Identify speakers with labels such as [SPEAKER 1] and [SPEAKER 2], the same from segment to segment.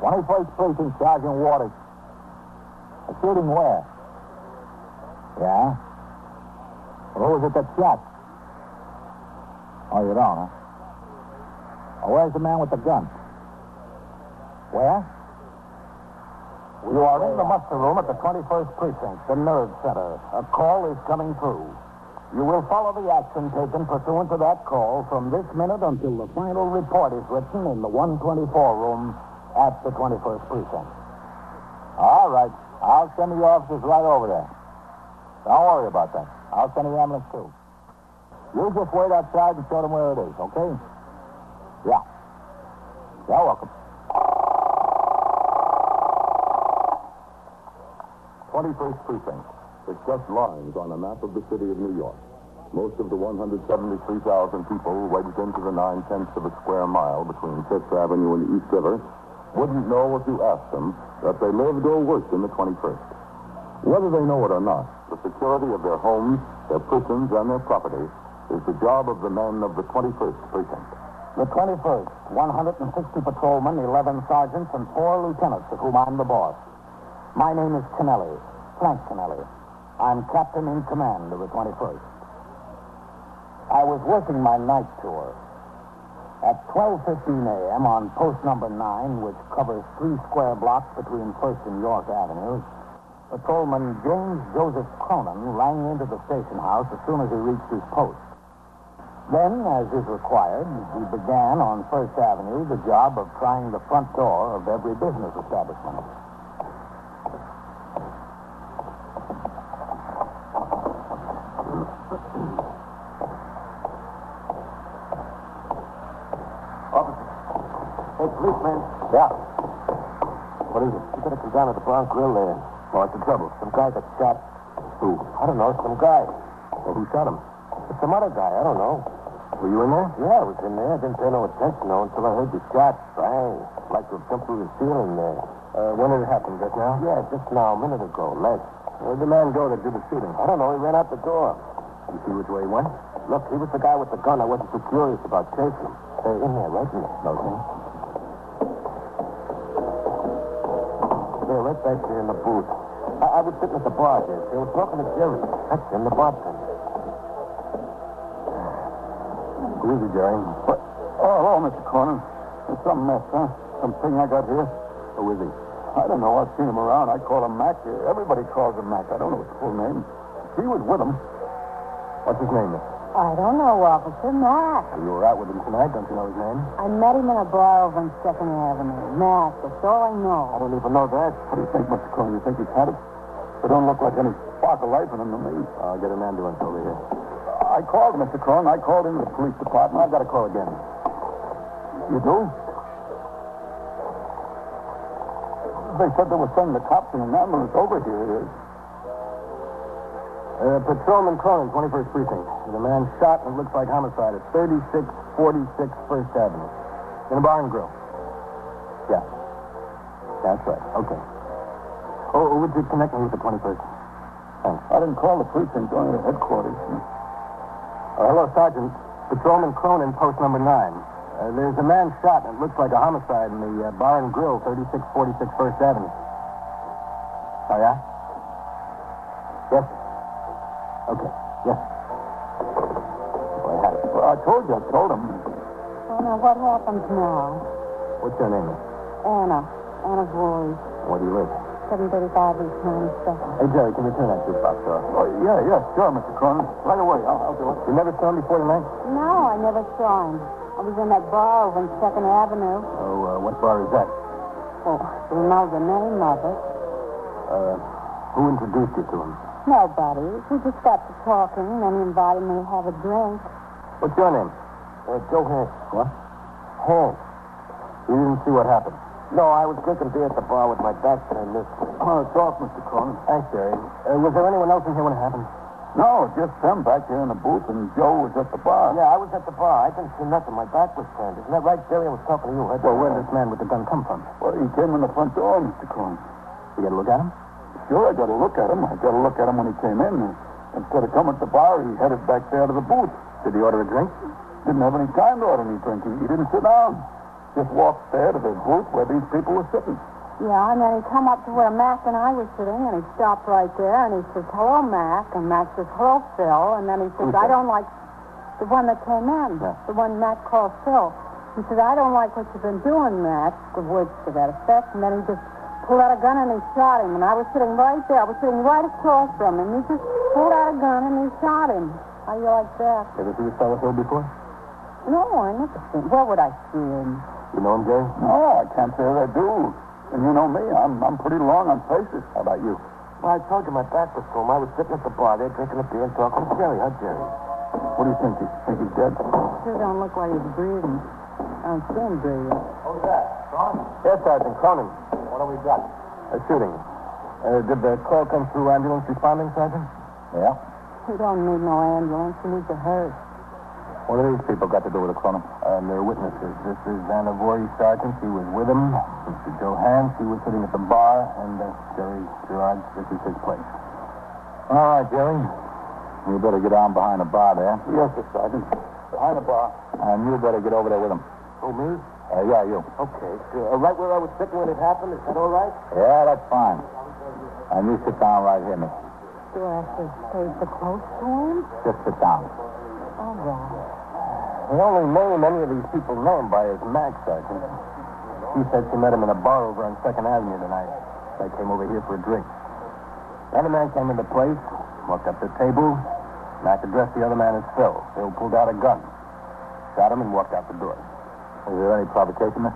[SPEAKER 1] Johnny plays place in charge in Waters. A shooting where? Yeah. Well, who was it that shot? Oh, you don't, huh? Oh, where's the man with the gun? Where?
[SPEAKER 2] You are in the muster room at the 21st Precinct, the nerve center. A call is coming through. You will follow the action taken pursuant to that call from this minute until the final report is written in the 124 room at the 21st Precinct.
[SPEAKER 1] All right. I'll send the officers right over there. Don't worry about that. I'll send the ambulance, too. You just wait outside and show them where it is, okay? Yeah. You're welcome.
[SPEAKER 3] 21st Precinct. It's just lines on a map of the city of New York. Most of the 173,000 people wedged into the nine-tenths of a square mile between Fifth Avenue and the East River wouldn't know if you asked them that they lived or worked in the 21st. Whether they know it or not, the security of their homes, their persons, and their property is the job of the men of the 21st Precinct.
[SPEAKER 2] The 21st, 160 patrolmen, 11 sergeants, and four lieutenants, of whom I'm the boss. My name is Kennelly, Frank Kennelly. I'm captain in command of the 21st. I was working my night tour. At 12.15 a.m. on post number 9, which covers three square blocks between 1st and York Avenues, patrolman James Joseph Cronin rang into the station house as soon as he reached his post. Then, as is required, he began on First Avenue the job of trying the front door of every business establishment.
[SPEAKER 4] Officer. Hey, policeman.
[SPEAKER 1] Yeah.
[SPEAKER 4] What is it?
[SPEAKER 1] You gotta come down to the Bronx Grill there.
[SPEAKER 4] What's the trouble?
[SPEAKER 1] Some guy got shot.
[SPEAKER 4] Who?
[SPEAKER 1] I don't know, some guy.
[SPEAKER 4] Well, who shot him?
[SPEAKER 1] It's some other guy, I don't know.
[SPEAKER 4] Were you in there?
[SPEAKER 1] Yeah, I was in there. I didn't pay no attention, though, until I heard the shot. Bang. Like to have jumped through the ceiling there.
[SPEAKER 4] Uh, when did it happen? Just now?
[SPEAKER 1] Yeah, just now, a minute ago, less.
[SPEAKER 4] Where'd the man go that did the shooting?
[SPEAKER 1] I don't know, he ran out the door.
[SPEAKER 4] You see which way he went?
[SPEAKER 1] Look, he was the guy with the gun. I wasn't too curious about chasing him. Hey, in there, right in there.
[SPEAKER 4] Okay.
[SPEAKER 1] There, right back there in the booth. I, I was sitting at the bar there. They were talking to Jerry. That's him, the bartender.
[SPEAKER 4] Easy, Jerry.
[SPEAKER 2] What? Oh, hello, Mr. Cronin. There's some mess, huh? Some thing I got here.
[SPEAKER 4] Who is he?
[SPEAKER 2] I don't know. I've seen him around. I call him Mac. Everybody calls him Mac. I don't know his full name. He was with him.
[SPEAKER 4] What's his name, miss?
[SPEAKER 5] I don't know, Officer. Mac.
[SPEAKER 4] You were out with him tonight. Don't you know his name?
[SPEAKER 5] I met him in a bar over on Second Avenue. Mac, that's all I know.
[SPEAKER 2] don't even know that. What do you think, Mr. Cronin? You think he's had it? There don't look like any spark of life in him to me.
[SPEAKER 4] I'll get an ambulance over here.
[SPEAKER 2] I called Mr. Cronin. I called into the police department. I've got to call again. You do? They said they were sending the cops and an ambulance over here.
[SPEAKER 4] Uh, Patrolman Cronin, 21st Precinct. The man shot and it looks like homicide at 3646 First Avenue. In a bar and grill. Yeah. That's right. Okay. Oh, would you connect me with the 21st?
[SPEAKER 2] I didn't call the precinct or the headquarters.
[SPEAKER 4] Uh, hello, Sergeant. Patrolman Cronin, post number 9. Uh, there's a man shot and it looks like a homicide in the uh, bar and grill, 3646 First Avenue. Oh, yeah? Yes. sir. Okay. Yes. Well, I had it.
[SPEAKER 2] Well, I told you, I told him.
[SPEAKER 5] Oh, now, what happens now?
[SPEAKER 4] What's your name? miss?
[SPEAKER 5] Anna. Anna Glory.
[SPEAKER 4] Where do you live?
[SPEAKER 5] 735 East 92nd.
[SPEAKER 4] Hey, Jerry, can you turn that jukebox off?
[SPEAKER 2] Oh, yeah, yeah, sure, Mr. Cronin. Right away. I'll, I'll do it.
[SPEAKER 4] You never saw him before tonight?
[SPEAKER 5] No, I never saw him. I was in that bar over on Second Avenue.
[SPEAKER 4] Oh, uh, what bar is that?
[SPEAKER 5] Oh, you know the name of it.
[SPEAKER 4] Uh, who introduced you to him?
[SPEAKER 5] Nobody. We just got to talking, and he invited me to have a drink.
[SPEAKER 4] What's your name?
[SPEAKER 1] Uh, Joe Hank.
[SPEAKER 4] What? Hank. You didn't see what happened.
[SPEAKER 1] No, I was drinking beer at the bar with my back, and I missed him.
[SPEAKER 2] Oh, it's off, Mr. Cronin.
[SPEAKER 4] Thanks, Jerry. Uh, was there anyone else in here when it happened?
[SPEAKER 2] No, just them back here in the booth, and Joe was at the bar.
[SPEAKER 1] Yeah, I was at the bar. I didn't see nothing. My back was turned. Isn't that right, Jerry? I was talking to you. I
[SPEAKER 4] Well, where did this man with the gun come from?
[SPEAKER 2] Well, he came in the front door, Mr. Cronin.
[SPEAKER 4] You got a look at him?
[SPEAKER 2] Sure, I got to look at him. I got to look at him when he came in. Instead of coming to the bar, he headed back there to the booth.
[SPEAKER 4] Did he order a drink?
[SPEAKER 2] Didn't have any time to order any drinking. He didn't sit down. just walked there to the group where these people were sitting.
[SPEAKER 5] Yeah, and then he come up to where Mac and I were sitting, and he stopped right there, and he says, "Hello, Mac," and Mac says, "Hello, Phil," and then he says,
[SPEAKER 2] Who's
[SPEAKER 5] "I
[SPEAKER 2] that?
[SPEAKER 5] don't like the one that came in,
[SPEAKER 2] Yeah.
[SPEAKER 5] the one Mac called Phil." He says, "I don't like what you've been doing, Mac," the words to that effect, and then he just pulled out a gun and he shot him, and I was sitting right there, I was sitting right across from him, he just pulled out a gun and he shot him. How you like that?
[SPEAKER 4] Ever see this fellow here before?
[SPEAKER 5] No, I never seen. Where would I see him?
[SPEAKER 4] You know him, Gary?
[SPEAKER 3] No, Oh, I can't say that I do. And you know me, I'm, I'm pretty long on faces. How about you?
[SPEAKER 4] Well, I told you my back was sore. I was sitting at the bar there drinking a beer and talking to Jerry, huh, Jerry?
[SPEAKER 3] What do you think? You think he's dead?
[SPEAKER 5] Sure don't look like he's breathing. I don't see him breathing.
[SPEAKER 4] Who's that? Cronin? Yes, Sergeant Cronin. What have we got? A shooting. Uh, did the call come through ambulance responding, Sergeant?
[SPEAKER 3] Yeah.
[SPEAKER 5] He don't need no ambulance. He needs a hearse.
[SPEAKER 3] What have these people got to do with the Cronin?
[SPEAKER 4] Um, they're witnesses. This is Anna Voorhees, Sergeant. She was with him. Mr. Johann, she was sitting at the bar. And uh, Jerry Gerard, this is his place.
[SPEAKER 3] All right, Jerry. You better get on behind the bar there,
[SPEAKER 4] Yes, Sergeant. Behind the bar.
[SPEAKER 3] and you better get over there with him.
[SPEAKER 4] Oh, me?
[SPEAKER 3] Uh, yeah, you.
[SPEAKER 4] Okay. Uh, right where I was sitting when it happened. Is that all right?
[SPEAKER 3] Yeah, that's fine. And you sit down right here, Miss.
[SPEAKER 5] Do I have to stay so close to him?
[SPEAKER 3] Just sit down.
[SPEAKER 5] All right.
[SPEAKER 4] The only name any of these people know him by is Max, Sergeant. She said she met him in a bar over on Second Avenue tonight. I came over here for a drink. The other man came into place, walked up to the table. Mac addressed the other man as Phil. Phil pulled out a gun, shot him, and walked out the door.
[SPEAKER 3] Is there any provocation, Miss?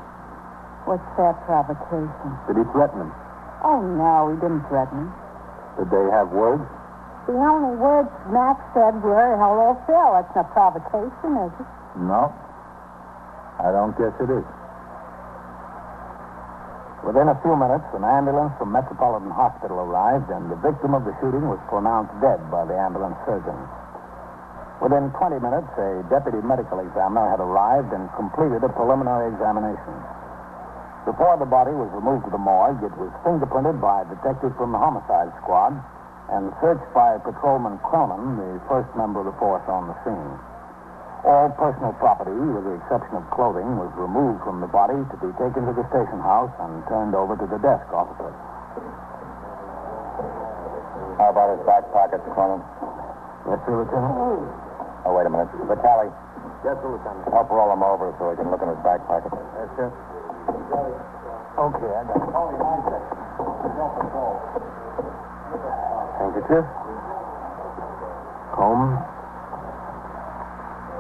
[SPEAKER 5] What's that provocation?
[SPEAKER 4] Did he threaten him?
[SPEAKER 5] Oh, no, he didn't threaten.
[SPEAKER 3] Did they have words?
[SPEAKER 5] The only words Max said were, hello, Phil. That's not provocation, is it?
[SPEAKER 3] No. I don't guess it is.
[SPEAKER 4] Within a few minutes, an ambulance from Metropolitan Hospital arrived, and the victim of the shooting was pronounced dead by the ambulance surgeon. Within 20 minutes, a deputy medical examiner had arrived and completed a preliminary examination. Before the body was removed to the morgue, it was fingerprinted by a detective from the homicide squad and searched by Patrolman Cronin, the first member of the force on the scene. All personal property, with the exception of clothing, was removed from the body to be taken to the station house and turned over to the desk officer.
[SPEAKER 2] How about his back pockets, Cronin?
[SPEAKER 4] Yes, sir, Lieutenant?
[SPEAKER 2] Oh, wait a minute. Vitale,
[SPEAKER 4] Oh, Yes, sir, Lieutenant.
[SPEAKER 2] help roll him over so we can look in his back pockets.
[SPEAKER 4] Yes, sir. Okay, I got it. Handkerchief. Comb.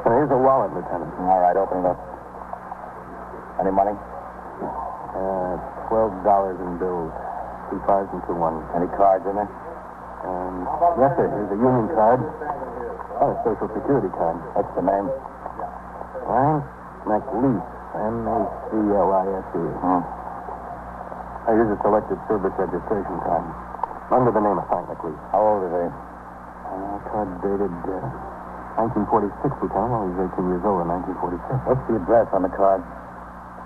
[SPEAKER 4] And here's a wallet, Lieutenant.
[SPEAKER 2] All right, open it up. Any money?
[SPEAKER 4] Uh, $12 in bills. Two fives and two ones.
[SPEAKER 2] Any cards in there?
[SPEAKER 4] Um, yes, sir. Here's a union card. Oh, a social security card.
[SPEAKER 2] What's the name?
[SPEAKER 4] Frank McLeese. M-A-C-L-I-S-E.
[SPEAKER 2] Hmm.
[SPEAKER 4] I use E. a selected service registration card. Under the name of Frank McLeese.
[SPEAKER 2] How old is he?
[SPEAKER 4] Uh, card dated uh, 1946, Lieutenant. Well, he's 18 years old in 1946.
[SPEAKER 2] What's the address on the card?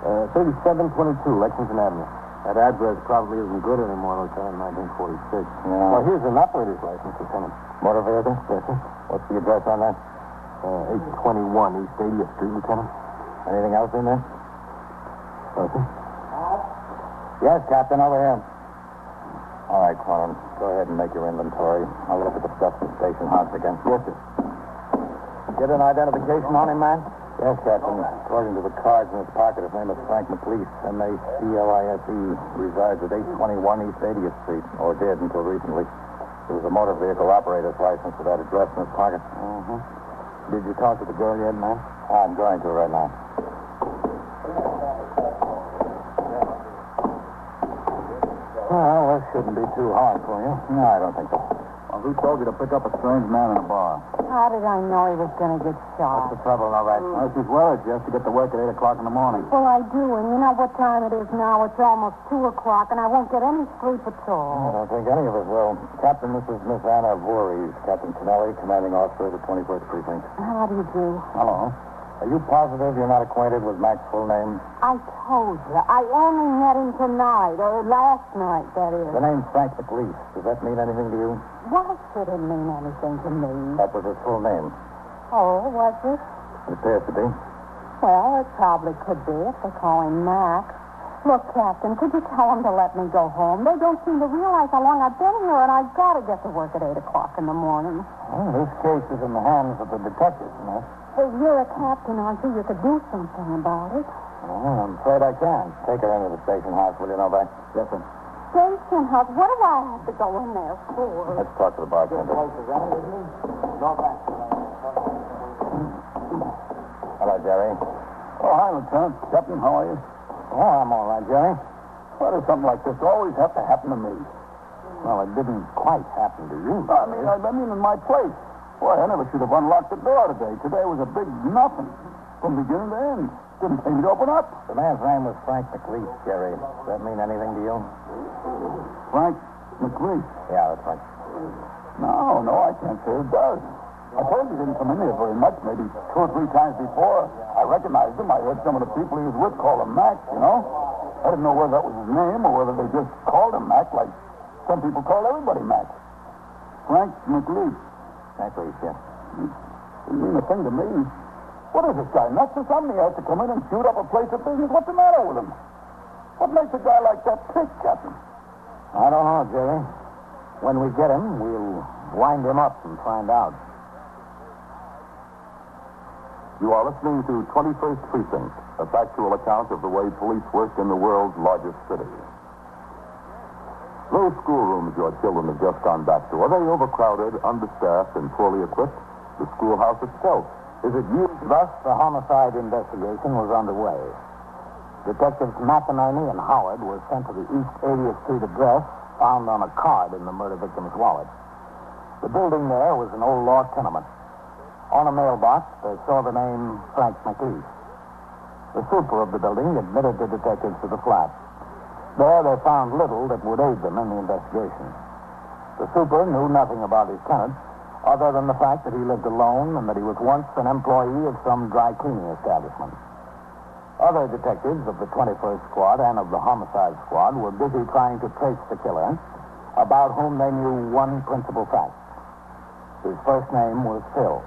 [SPEAKER 4] Uh, 3722 Lexington Avenue. That address probably isn't good anymore, Lieutenant, 1946.
[SPEAKER 2] Yeah.
[SPEAKER 4] Well, here's an operator's license, Lieutenant.
[SPEAKER 2] Motor vehicle?
[SPEAKER 4] Uh, Yes, sir.
[SPEAKER 2] What's the address on that?
[SPEAKER 4] Uh, 821 East 80th Street, Lieutenant.
[SPEAKER 2] Anything else in there?
[SPEAKER 4] Yes, sir.
[SPEAKER 2] Yes, Captain, over here. All right, Cronin. Go ahead and make your inventory. I'll look at the stuff in the station house again. Yes, sir. Get an identification on him, man? Yes, Captain. According to the cards in his pocket, his name is Frank McLeese, M-A-C-L-I-S-E. E. Resides at 821 East 80th Street, or did until recently. There was a motor vehicle operator's license with that address in his pocket. Mm-hmm. Did you talk to the girl yet, man? I'm going to right now. Well, this shouldn't be too hard for you. No, I don't think so.
[SPEAKER 3] Well, who told you to pick up a strange man in a bar?
[SPEAKER 5] How did I know he was going to get shot?
[SPEAKER 3] the trouble, all right? Well, she's worried. She has to get to work at 8 o'clock in the morning.
[SPEAKER 5] Well, I do, and you know what time it is now. It's almost 2 o'clock, and I won't get any sleep at all.
[SPEAKER 2] I don't think any of us will. Captain, this is Miss Anna Voorhees, Captain Kennelly, commanding officer of the 21st Precinct.
[SPEAKER 5] How do you do?
[SPEAKER 2] Hello. Are you positive you're not acquainted with Mac's full name?
[SPEAKER 5] I told you. I only met him tonight, or last night, that is.
[SPEAKER 2] The name's Frank McLeese. Does that mean anything to you?
[SPEAKER 5] Why should it mean anything to me?
[SPEAKER 2] That was his full name.
[SPEAKER 5] Oh, was it?
[SPEAKER 2] It appears to be.
[SPEAKER 6] Well, it probably could be if they call him Max. Look, Captain, could you tell them to let me go home? They don't seem to realize how long I've been here, and I've got to get to work at 8 o'clock in the morning.
[SPEAKER 4] Well, this case is in the hands of the detectives, miss.
[SPEAKER 6] Hey, you're a captain, aren't you? You could do something about it.
[SPEAKER 4] Well, Oh, I'm afraid I can. Take her into the station house, will you, Novak? Yes, sir.
[SPEAKER 6] Station house, what do I have to go in there for?
[SPEAKER 3] Let's talk to the bartender. Hello, Jerry.
[SPEAKER 4] Oh, hi, Lieutenant. Captain, how are you? Oh, I'm all right, Jerry. Why does something like this always have to happen to me? Well, it didn't quite happen to you. I mean, I, I mean, in my place. Boy, I never should have unlocked the door today. Today was a big nothing from beginning to end. Didn't seem to open up.
[SPEAKER 7] The man's name was Frank McLeish, Jerry. Does that mean anything to you?
[SPEAKER 4] Frank McLeish.
[SPEAKER 7] Yeah, that's right.
[SPEAKER 4] No, no, I can't say it does. I told you he didn't come in here very much, maybe two or three times before. I recognized him. I heard some of the people he was with call him Mac, you know. I didn't know whether that was his name or whether they just called him Mac like some people call everybody Mac. Frank McLeish.
[SPEAKER 7] Exactly, yeah.
[SPEAKER 4] Didn't mean a thing to me. What is this guy, nuts or something? He has to come in and shoot up a place of business? What's the matter with him? What makes a guy like that pick, Captain?
[SPEAKER 7] I don't know, Jerry. When we get him, we'll wind him up and find out.
[SPEAKER 3] You are listening to 21st Precinct, a factual account of the way police work in the world's largest city. Those schoolrooms your children have just gone back to, are they overcrowded, understaffed, and poorly equipped? The schoolhouse itself, is it used
[SPEAKER 4] Thus, the homicide investigation was underway. Detectives McInerney and Howard were sent to the East 80th Street address found on a card in the murder victim's wallet. The building there was an old law tenement. On a mailbox, they saw the name Frank McLeish. The super of the building admitted the detectives to the flat. There, they found little that would aid them in the investigation. The super knew nothing about his tenant, other than the fact that he lived alone and that he was once an employee of some dry cleaning establishment. Other detectives of the 21st Squad and of the Homicide Squad were busy trying to trace the killer, about whom they knew one principal fact. His first name was Phil.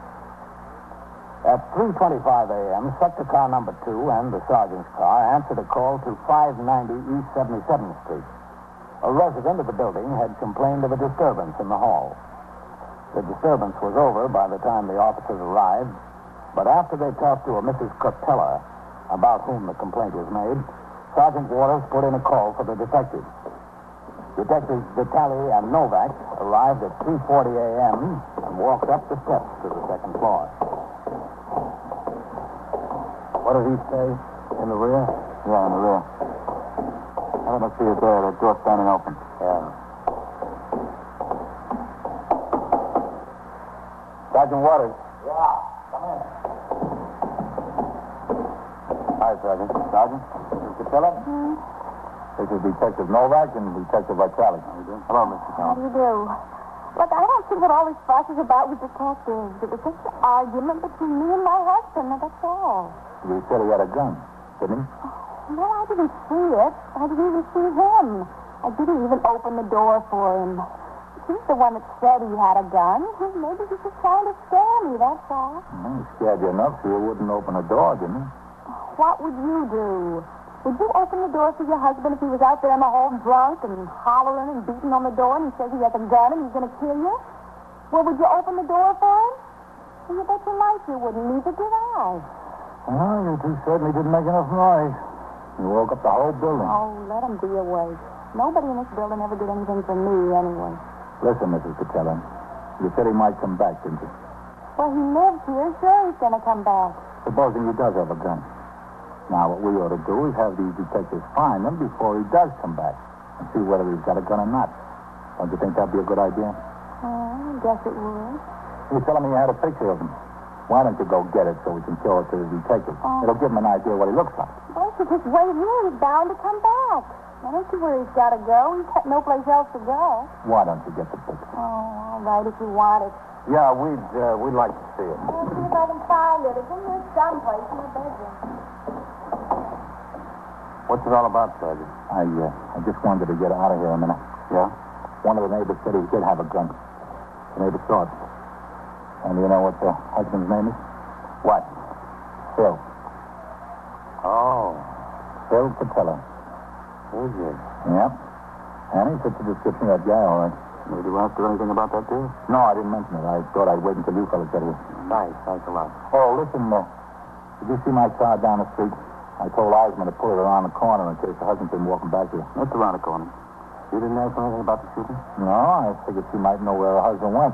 [SPEAKER 4] At 3.25 a.m., sector car number 2 and the sergeant's car answered a call to 590 East 77th Street. A resident of the building had complained of a disturbance in the hall. The disturbance was over by the time the officers arrived, but after they talked to a Mrs. Cortella, about whom the complaint was made, Sergeant Waters put in a call for the detectives. Detectives Vitale and Novak arrived at 3.40 a.m. and walked up the steps to the second floor.
[SPEAKER 7] What did he say? In the rear?
[SPEAKER 2] Yeah, in the rear. I don't see it there. That door standing open.
[SPEAKER 7] Yeah.
[SPEAKER 4] Sergeant Waters.
[SPEAKER 8] Yeah, come in.
[SPEAKER 2] Hi, Sergeant.
[SPEAKER 4] Sergeant. Mr. Capella.
[SPEAKER 2] This is Detective Novak and Detective Vitale. Hello, Mr.
[SPEAKER 6] How
[SPEAKER 2] Thomas.
[SPEAKER 6] do you do? Look, I don't see what all this fuss is about with detectives. It was just an argument between me and my husband, and that's all.
[SPEAKER 2] You said he had a gun, didn't he?
[SPEAKER 6] No, I didn't see it. I didn't even see him. I didn't even open the door for him. He's the one that said he had a gun. Maybe he's just trying to scare me, that's all.
[SPEAKER 2] Well, he scared you enough so you wouldn't open the door, didn't he?
[SPEAKER 6] What would you do? Would you open the door for your husband if he was out there in the hall drunk and hollering and beating on the door and he says he has a gun and he's going to kill you? Well, would you open the door for him? Well, you bet your life you wouldn't. Neither did I.
[SPEAKER 2] Well, you two certainly didn't make enough noise. You woke up the whole building.
[SPEAKER 6] Oh, let him be awake. Nobody in this building ever did anything for me anyway.
[SPEAKER 2] Listen, Mrs. Patella. You said he might come back, didn't you?
[SPEAKER 6] Well, he lives here. Sure, he's going to come back.
[SPEAKER 2] Supposing he does have a gun. Now, what we ought to do is have these detectives find him before he does come back and see whether he's got a gun or not. Don't you think that'd be a good idea?
[SPEAKER 6] Oh, I guess it would.
[SPEAKER 2] You were telling me you had a picture of him. Why don't you go get it so we can show it to the detective?
[SPEAKER 6] Oh.
[SPEAKER 2] It'll give him an idea what he looks like.
[SPEAKER 6] Well, if you just wait here, he's bound to come back. I don't see where he's got to go. He's got no place else to go.
[SPEAKER 2] Why don't you get the picture?
[SPEAKER 6] Oh, all right, if you want it.
[SPEAKER 7] Yeah, we'd, uh, we'd like to see it.
[SPEAKER 8] I'll see if I can find it. It's in here someplace in the bedroom.
[SPEAKER 7] What's it all about, Sergeant?
[SPEAKER 2] I, uh, I just wanted to get out of here a minute.
[SPEAKER 7] Yeah?
[SPEAKER 2] One of the neighbors said he did have a gun. The neighbor saw it. And you know what the husband's name is?
[SPEAKER 7] What?
[SPEAKER 2] Phil.
[SPEAKER 1] Bill Patella.
[SPEAKER 3] Oh, yes.
[SPEAKER 1] Yep. And he fits the description of that guy, all right.
[SPEAKER 3] Did you ask her anything about that deal?
[SPEAKER 1] No, I didn't mention it. I thought I'd wait until you fellas got here.
[SPEAKER 3] Nice. Thanks a lot.
[SPEAKER 1] Oh, listen, uh, did you see my car down the street? I told Eisman to pull it around the corner in case the husband's been walking back here.
[SPEAKER 3] That's around the corner. You didn't ask anything about the shooting?
[SPEAKER 1] No, I figured she might know where her husband went.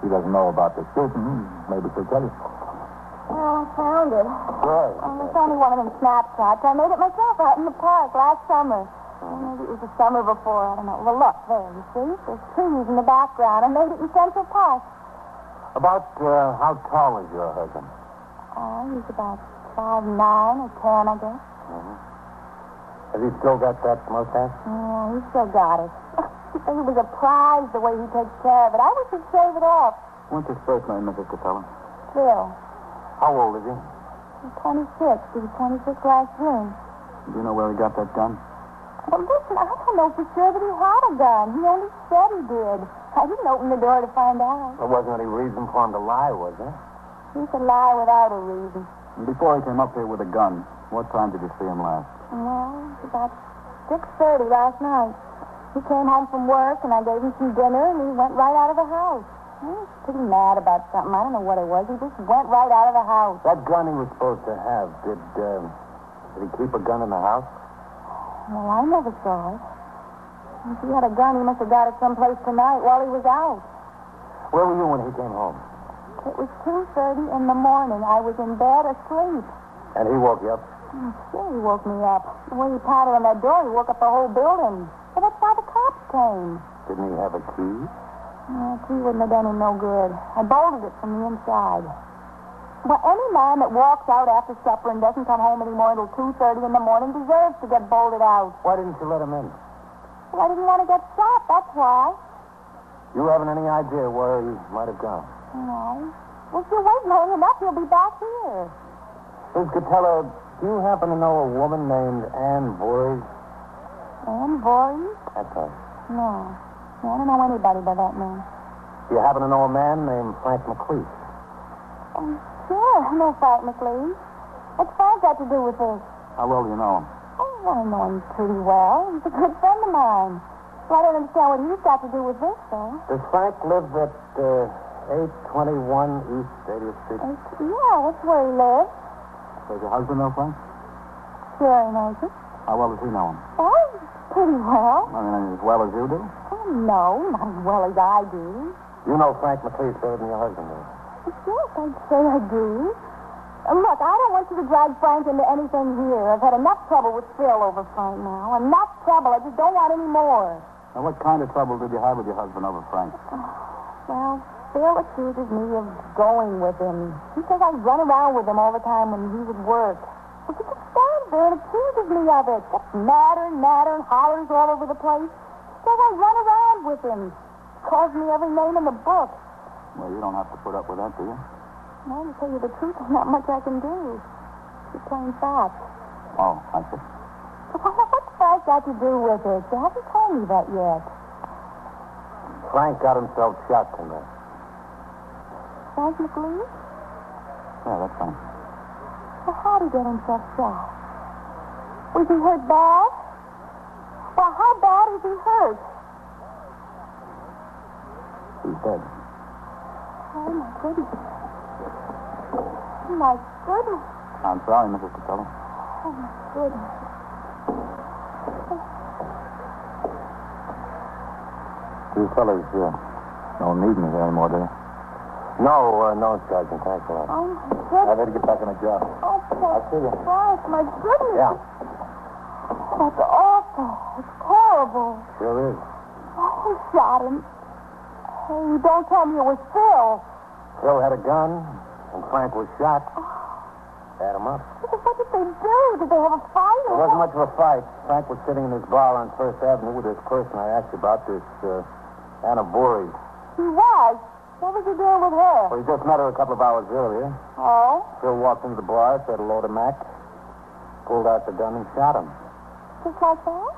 [SPEAKER 1] She doesn't know about the shooting. Maybe she'll tell you.
[SPEAKER 6] Well, I found it.
[SPEAKER 3] Right.
[SPEAKER 6] Well, it's only one of them snapshots. I made it myself out in the park last summer. Or Maybe it was the summer before. I don't know. Well, look, there, you see? There's trees in the background. I made it in Central Park.
[SPEAKER 3] About uh, how tall is your husband?
[SPEAKER 6] Oh, he's about five nine or ten, I guess.
[SPEAKER 3] Has he still got that mustache?
[SPEAKER 6] Yeah, he still got it. he was a prize the way he takes care of it. I wish he'd shave it off.
[SPEAKER 3] What's his first name, Mrs. Capella?
[SPEAKER 6] Phil,
[SPEAKER 3] How old is he?
[SPEAKER 6] he's 26. He was 26 last June.
[SPEAKER 3] Do you know where he got that gun?
[SPEAKER 6] Well, listen, I don't know for sure that he had a gun. He only said he did. I didn't open the door to find out.
[SPEAKER 3] There wasn't any reason for him to lie, was there?
[SPEAKER 6] He could lie without a reason.
[SPEAKER 3] Before he came up here with a gun, what time did you see him last?
[SPEAKER 6] Well, it was about 6.30 last night. He came home from work, and I gave him some dinner, and he went right out of the house. He was pretty mad about something. I don't know what it was. He just went right out of the house.
[SPEAKER 3] That gun he was supposed to have, did, uh, did he keep a gun in the house?
[SPEAKER 6] Well, I never saw it. If he had a gun, he must have got it someplace tonight while he was out.
[SPEAKER 3] Where were you when he came home?
[SPEAKER 6] It was 2.30 in the morning. I was in bed asleep.
[SPEAKER 3] And he woke you up?
[SPEAKER 6] Sure, he woke me up. The way he pounded on that door, he woke up the whole building. Well, that's why the cops came.
[SPEAKER 3] Didn't he have a key?
[SPEAKER 6] Yeah, he wouldn't have done him no good. I bolted it from the inside. Well, any man that walks out after supper and doesn't come home anymore until 2.30 in the morning deserves to get bolted out.
[SPEAKER 3] Why didn't you let him in?
[SPEAKER 6] Well, I didn't want to get shot, that's why.
[SPEAKER 3] You haven't any idea where he might have gone.
[SPEAKER 6] No. Well, if you wait long enough, he'll be back here.
[SPEAKER 4] Miss Catella, do you happen to know a woman named Anne Voorhees?
[SPEAKER 6] And Voorhees?
[SPEAKER 4] That's her.
[SPEAKER 6] No. no. I don't know anybody by that name.
[SPEAKER 4] Do you happen to know a man named Frank McLeish?
[SPEAKER 6] Oh, sure. No fight, McLean. What's Frank got to do with this?
[SPEAKER 3] How well do you know him?
[SPEAKER 6] Oh, well, I know him pretty well. He's a good friend of mine. Well, I don't understand what he's got to do with this, though.
[SPEAKER 4] Does Frank live at uh, 821 East 80th Street?
[SPEAKER 6] It's, yeah, that's where he lives.
[SPEAKER 3] Does your husband know Frank?
[SPEAKER 6] Sure, he knows it.
[SPEAKER 3] How well does he know him?
[SPEAKER 6] Oh, pretty well.
[SPEAKER 3] I mean, as well as you do.
[SPEAKER 6] Oh, no, not as well as I do.
[SPEAKER 4] You know Frank McLeish better than your husband does.
[SPEAKER 6] Yes, I'd say I do. Uh, Look, I don't want you to drag Frank into anything here. I've had enough trouble with Phil over Frank now. Enough trouble. I just don't want any more.
[SPEAKER 3] Now, what kind of trouble did you have with your husband over Frank?
[SPEAKER 6] Well, Phil accuses me of going with him. He says I run around with him all the time when he's at work. But he just stands there and accuses me of it. Gets madder and madder and hollers all over the place. Says I run around with him. Calls me every name in the book.
[SPEAKER 3] Well, you don't have to put up with that, do you?
[SPEAKER 6] Well, to tell you the truth, there's not much I can do. It's plain fact.
[SPEAKER 3] Oh, I see.
[SPEAKER 6] What's Frank got to do with it? You haven't told me that yet.
[SPEAKER 4] Frank got himself shot tonight.
[SPEAKER 6] Frank McLean?
[SPEAKER 3] Yeah, that's fine.
[SPEAKER 6] Well, how'd he get himself shot? Was he hurt bad? Well, how bad is he hurt?
[SPEAKER 3] He's dead.
[SPEAKER 6] Oh, my goodness. My goodness.
[SPEAKER 3] I'm sorry, Mrs. Costello.
[SPEAKER 6] Oh, my goodness.
[SPEAKER 1] You fellas uh, don't need me here anymore, do you?
[SPEAKER 4] No, uh, no, Sergeant. Thanks a lot.
[SPEAKER 6] Oh, my
[SPEAKER 1] I
[SPEAKER 6] goodness.
[SPEAKER 1] better get back on the job.
[SPEAKER 6] Oh, poor
[SPEAKER 1] I'll see you.
[SPEAKER 6] Frank, my goodness.
[SPEAKER 4] Yeah.
[SPEAKER 6] That's awful. It's horrible.
[SPEAKER 4] Sure is.
[SPEAKER 6] Oh, who shot him? Hey, you don't tell me it was Phil.
[SPEAKER 4] Phil had a gun, and Frank was shot. Had him up.
[SPEAKER 6] What did they do? Did they have a fight?
[SPEAKER 4] There
[SPEAKER 6] or
[SPEAKER 4] wasn't
[SPEAKER 6] what?
[SPEAKER 4] much of a fight. Frank was sitting in his bar on First Avenue with this person I asked you about, this uh, Anna Voorhees.
[SPEAKER 6] He was. What was he doing with her?
[SPEAKER 4] Well, he just met her a couple of hours earlier.
[SPEAKER 6] Oh,
[SPEAKER 4] Phil walked into the bar, said hello to Mac, pulled out the gun and shot him.
[SPEAKER 6] just like that?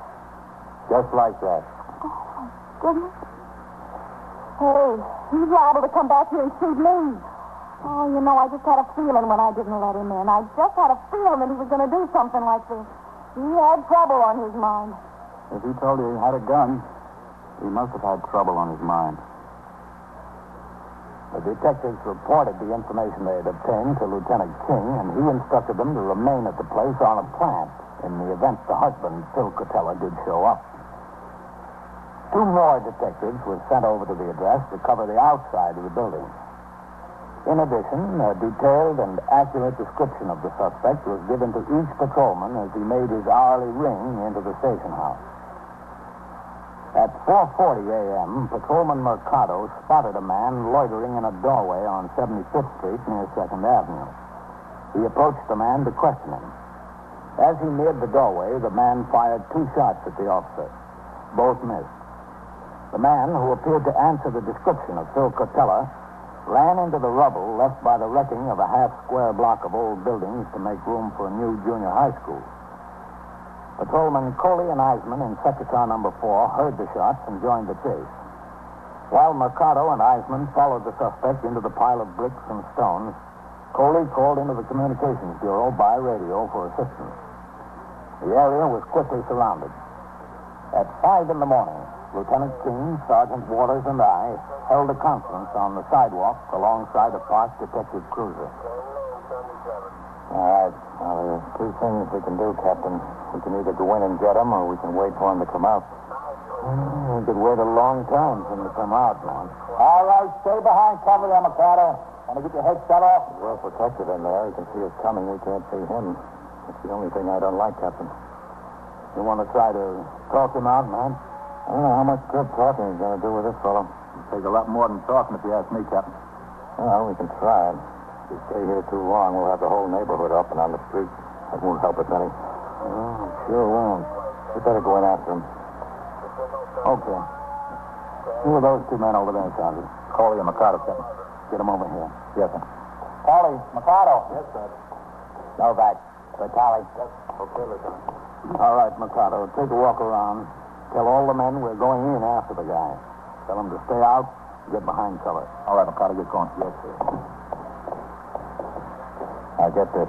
[SPEAKER 4] Just like that.
[SPEAKER 6] Goodness. Hey, he's liable to come back here and shoot me. Oh, you know, I just had a feeling when I didn't let him in. I just had a feeling that he was going to do something like this. He had trouble on his mind.
[SPEAKER 2] If he told you he had a gun, he must have had trouble on his mind. The detectives reported the information they had obtained to Lieutenant King, and he instructed them to remain at the place on a plant in the event the husband, Phil Cotella, did show up. Two more detectives were sent over to the address to cover the outside of the building. In addition, a detailed and accurate description of the suspect was given to each patrolman as he made his hourly ring into the station house. At 4.40 a.m., Patrolman Mercado spotted a man loitering in a doorway on 75th Street near 2nd Avenue. He approached the man to question him. As he neared the doorway, the man fired two shots at the officer. Both missed. The man, who appeared to answer the description of Phil Cotella, ran into the rubble left by the wrecking of a half square block of old buildings to make room for a new junior high school. Patrolman Coley and Eisman in sector car number four heard the shots and joined the chase. While Mercado and Eisman followed the suspect into the pile of bricks and stones, Coley called into the Communications Bureau by radio for assistance. The area was quickly surrounded. At five in the morning, Lieutenant King, Sergeant Waters, and I held a conference on the sidewalk alongside a parked detective cruiser.
[SPEAKER 1] All right. Now, there's two things we can do, Captain. We can either go in and get him, or we can wait for him to come out.
[SPEAKER 2] We could wait a long time for him to come out, man.
[SPEAKER 1] All right, stay behind cover there, McCarter. Want to get your head shut off?
[SPEAKER 2] Well protected in there. You can see us coming. We can't see him. That's the only thing I don't like, Captain. You want to try to talk him out, man?
[SPEAKER 1] I don't know how much good talking is going to do with this fellow.
[SPEAKER 3] It'll take a lot more than talking if you ask me, Captain.
[SPEAKER 1] Well, we can try it. If we stay here too long, we'll have the whole neighborhood up and on the street. That won't help us any.
[SPEAKER 2] Oh, sure won't.
[SPEAKER 1] We better go in after him.
[SPEAKER 2] Okay. Who are those two men over there, Sergeant?
[SPEAKER 3] Coley and Mikado, Captain.
[SPEAKER 2] Get them over here.
[SPEAKER 3] Yes, sir.
[SPEAKER 1] Polly, Mikado.
[SPEAKER 4] Yes, sir.
[SPEAKER 2] Novak, Vitali.
[SPEAKER 4] Okay, Lieutenant.
[SPEAKER 2] All right, Mikado, take a walk around. Tell all the men we're going in after the guy. Tell them to stay out, get behind cover.
[SPEAKER 3] All right, Mikado, get going.
[SPEAKER 2] Yes, sir.
[SPEAKER 1] I get this.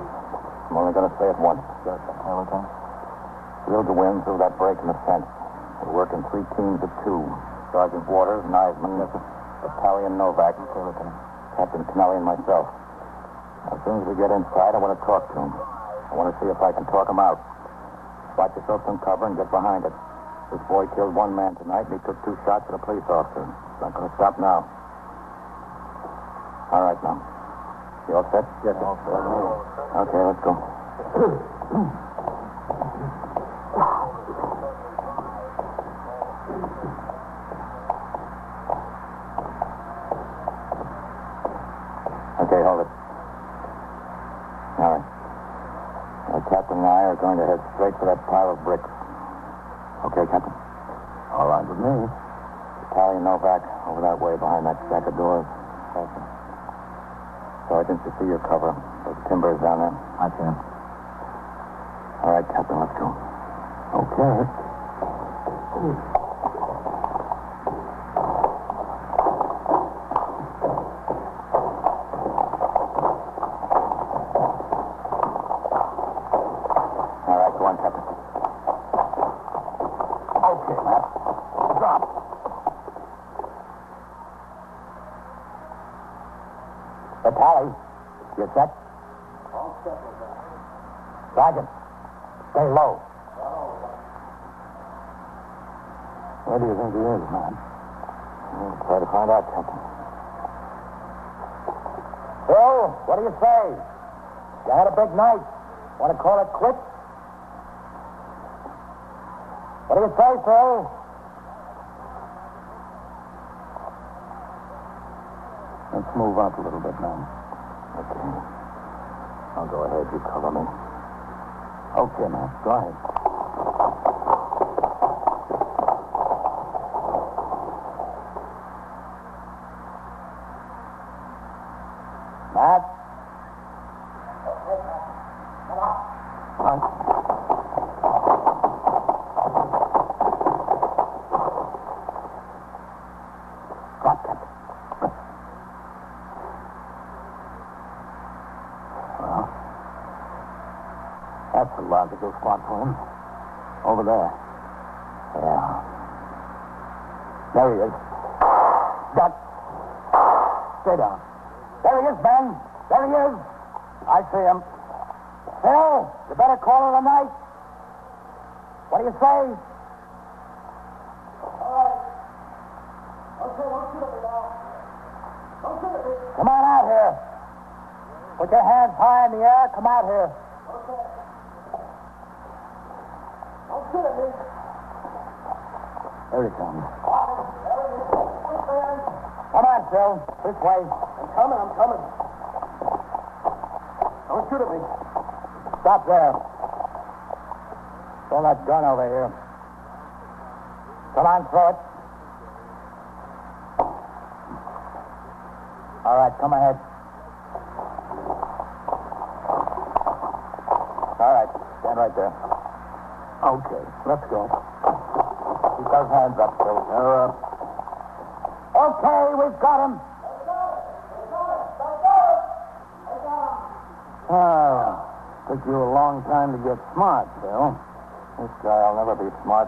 [SPEAKER 1] I'm only going to say it once.
[SPEAKER 2] Yes, sir.
[SPEAKER 1] Hey, Lieutenant. We'll go in through that break in the fence. We're working three teams of two. Sergeant Waters and Eisman.
[SPEAKER 2] Yes, sir.
[SPEAKER 1] Battalion Novak.
[SPEAKER 2] Okay, Lieutenant.
[SPEAKER 1] Captain Kennelly and myself. As soon as we get inside, I want to talk to him. I want to see if I can talk him out. Spot yourself some cover and get behind it. This boy killed one man tonight, and he took two shots at a police officer. It's not going to stop now. All right, now. You all set?
[SPEAKER 3] Yes, sir.
[SPEAKER 1] Okay, let's go. Okay, hold it. All right. Now, Captain and I are going to head straight for that pile of bricks. Okay, Captain.
[SPEAKER 2] All right with me.
[SPEAKER 1] Italian Novak over that way behind that stack of doors. Okay. Sergeant, you see your cover. Those timbers down there.
[SPEAKER 3] I see him.
[SPEAKER 1] All right, Captain, let's go.
[SPEAKER 2] Okay.
[SPEAKER 1] All right, go on, Captain.
[SPEAKER 2] Okay, Matt. Drop. Vitali, you set? Sergeant, stay low. Where do you think he is, man?
[SPEAKER 1] We'll try to find out, Captain.
[SPEAKER 2] Phil, what do you say? You had a big night. Want to call it quits? What do you say, Phil? Let's move up a little bit, man.
[SPEAKER 1] Okay. I'll go ahead. You cover me.
[SPEAKER 2] Okay, man. Go ahead. Matt? Huh? That's a logical spot for him. Over there. Yeah. There he is. Duck. Stay down. There he is, Ben. There he is. I see him. Phil, you better call it a night. What do you say? Come on out here. Put your hands high in the air. Come out here. There he comes. Come on, Phil. This way.
[SPEAKER 9] I'm coming, I'm coming. Don't shoot at me.
[SPEAKER 2] Stop there. Throw that gun over here. Come on, throw it. All right, come ahead. All right, stand right there. Okay, let's go. Keep those hands up, Phil. They're up. Okay, we've got him. Oh, took you a long time to get smart, Phil. This guy'll never be smart.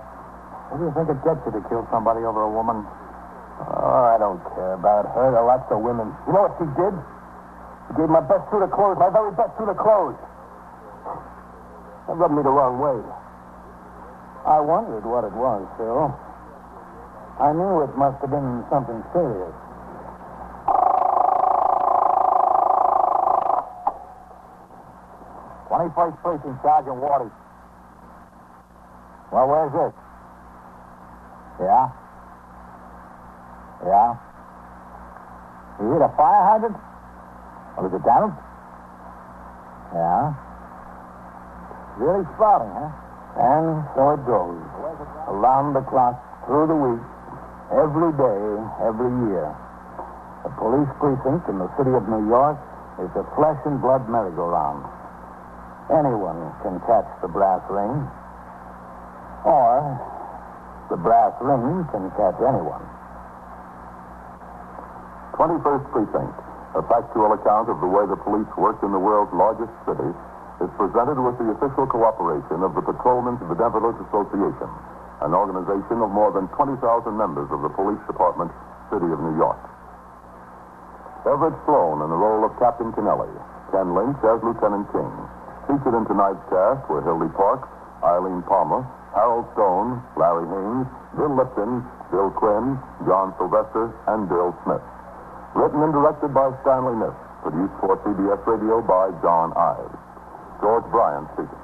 [SPEAKER 2] What do you think it gets you to kill somebody over a woman? Oh, I don't care about her. There are lots of women. You know what she did? She gave my best suit of clothes, my very best suit of clothes. That rubbed me the wrong way. I wondered what it was, Phil. I knew it must have been something serious.
[SPEAKER 1] Twenty-first precinct, Sergeant Wardy. Well, where's this? Yeah? Yeah? You hit a fire hydrant? Or is it damaged? Yeah? Really sprouting, huh?
[SPEAKER 2] And so it goes. Around the clock, through the week, every day, every year. The police precinct in the city of New York is a flesh and blood merry-go-round. Anyone can catch the brass ring, or the brass ring can catch anyone.
[SPEAKER 3] 21st Precinct, a factual account of the way the police worked in the world's largest city, is presented with the official cooperation of the Patrolmen's Benevolent Association, an organization of more than 20,000 members of the Police Department, City of New York. Everett Sloan in the role of Captain Kennelly, Ken Lynch as Lieutenant King. Featured in tonight's cast were Hildy Parks, Eileen Palmer, Harold Stone, Larry Haynes, Bill Lipton, Bill Quinn, John Sylvester, and Bill Smith. Written and directed by Stanley Niss. Produced for CBS Radio by John Ives. George Bryan speaking.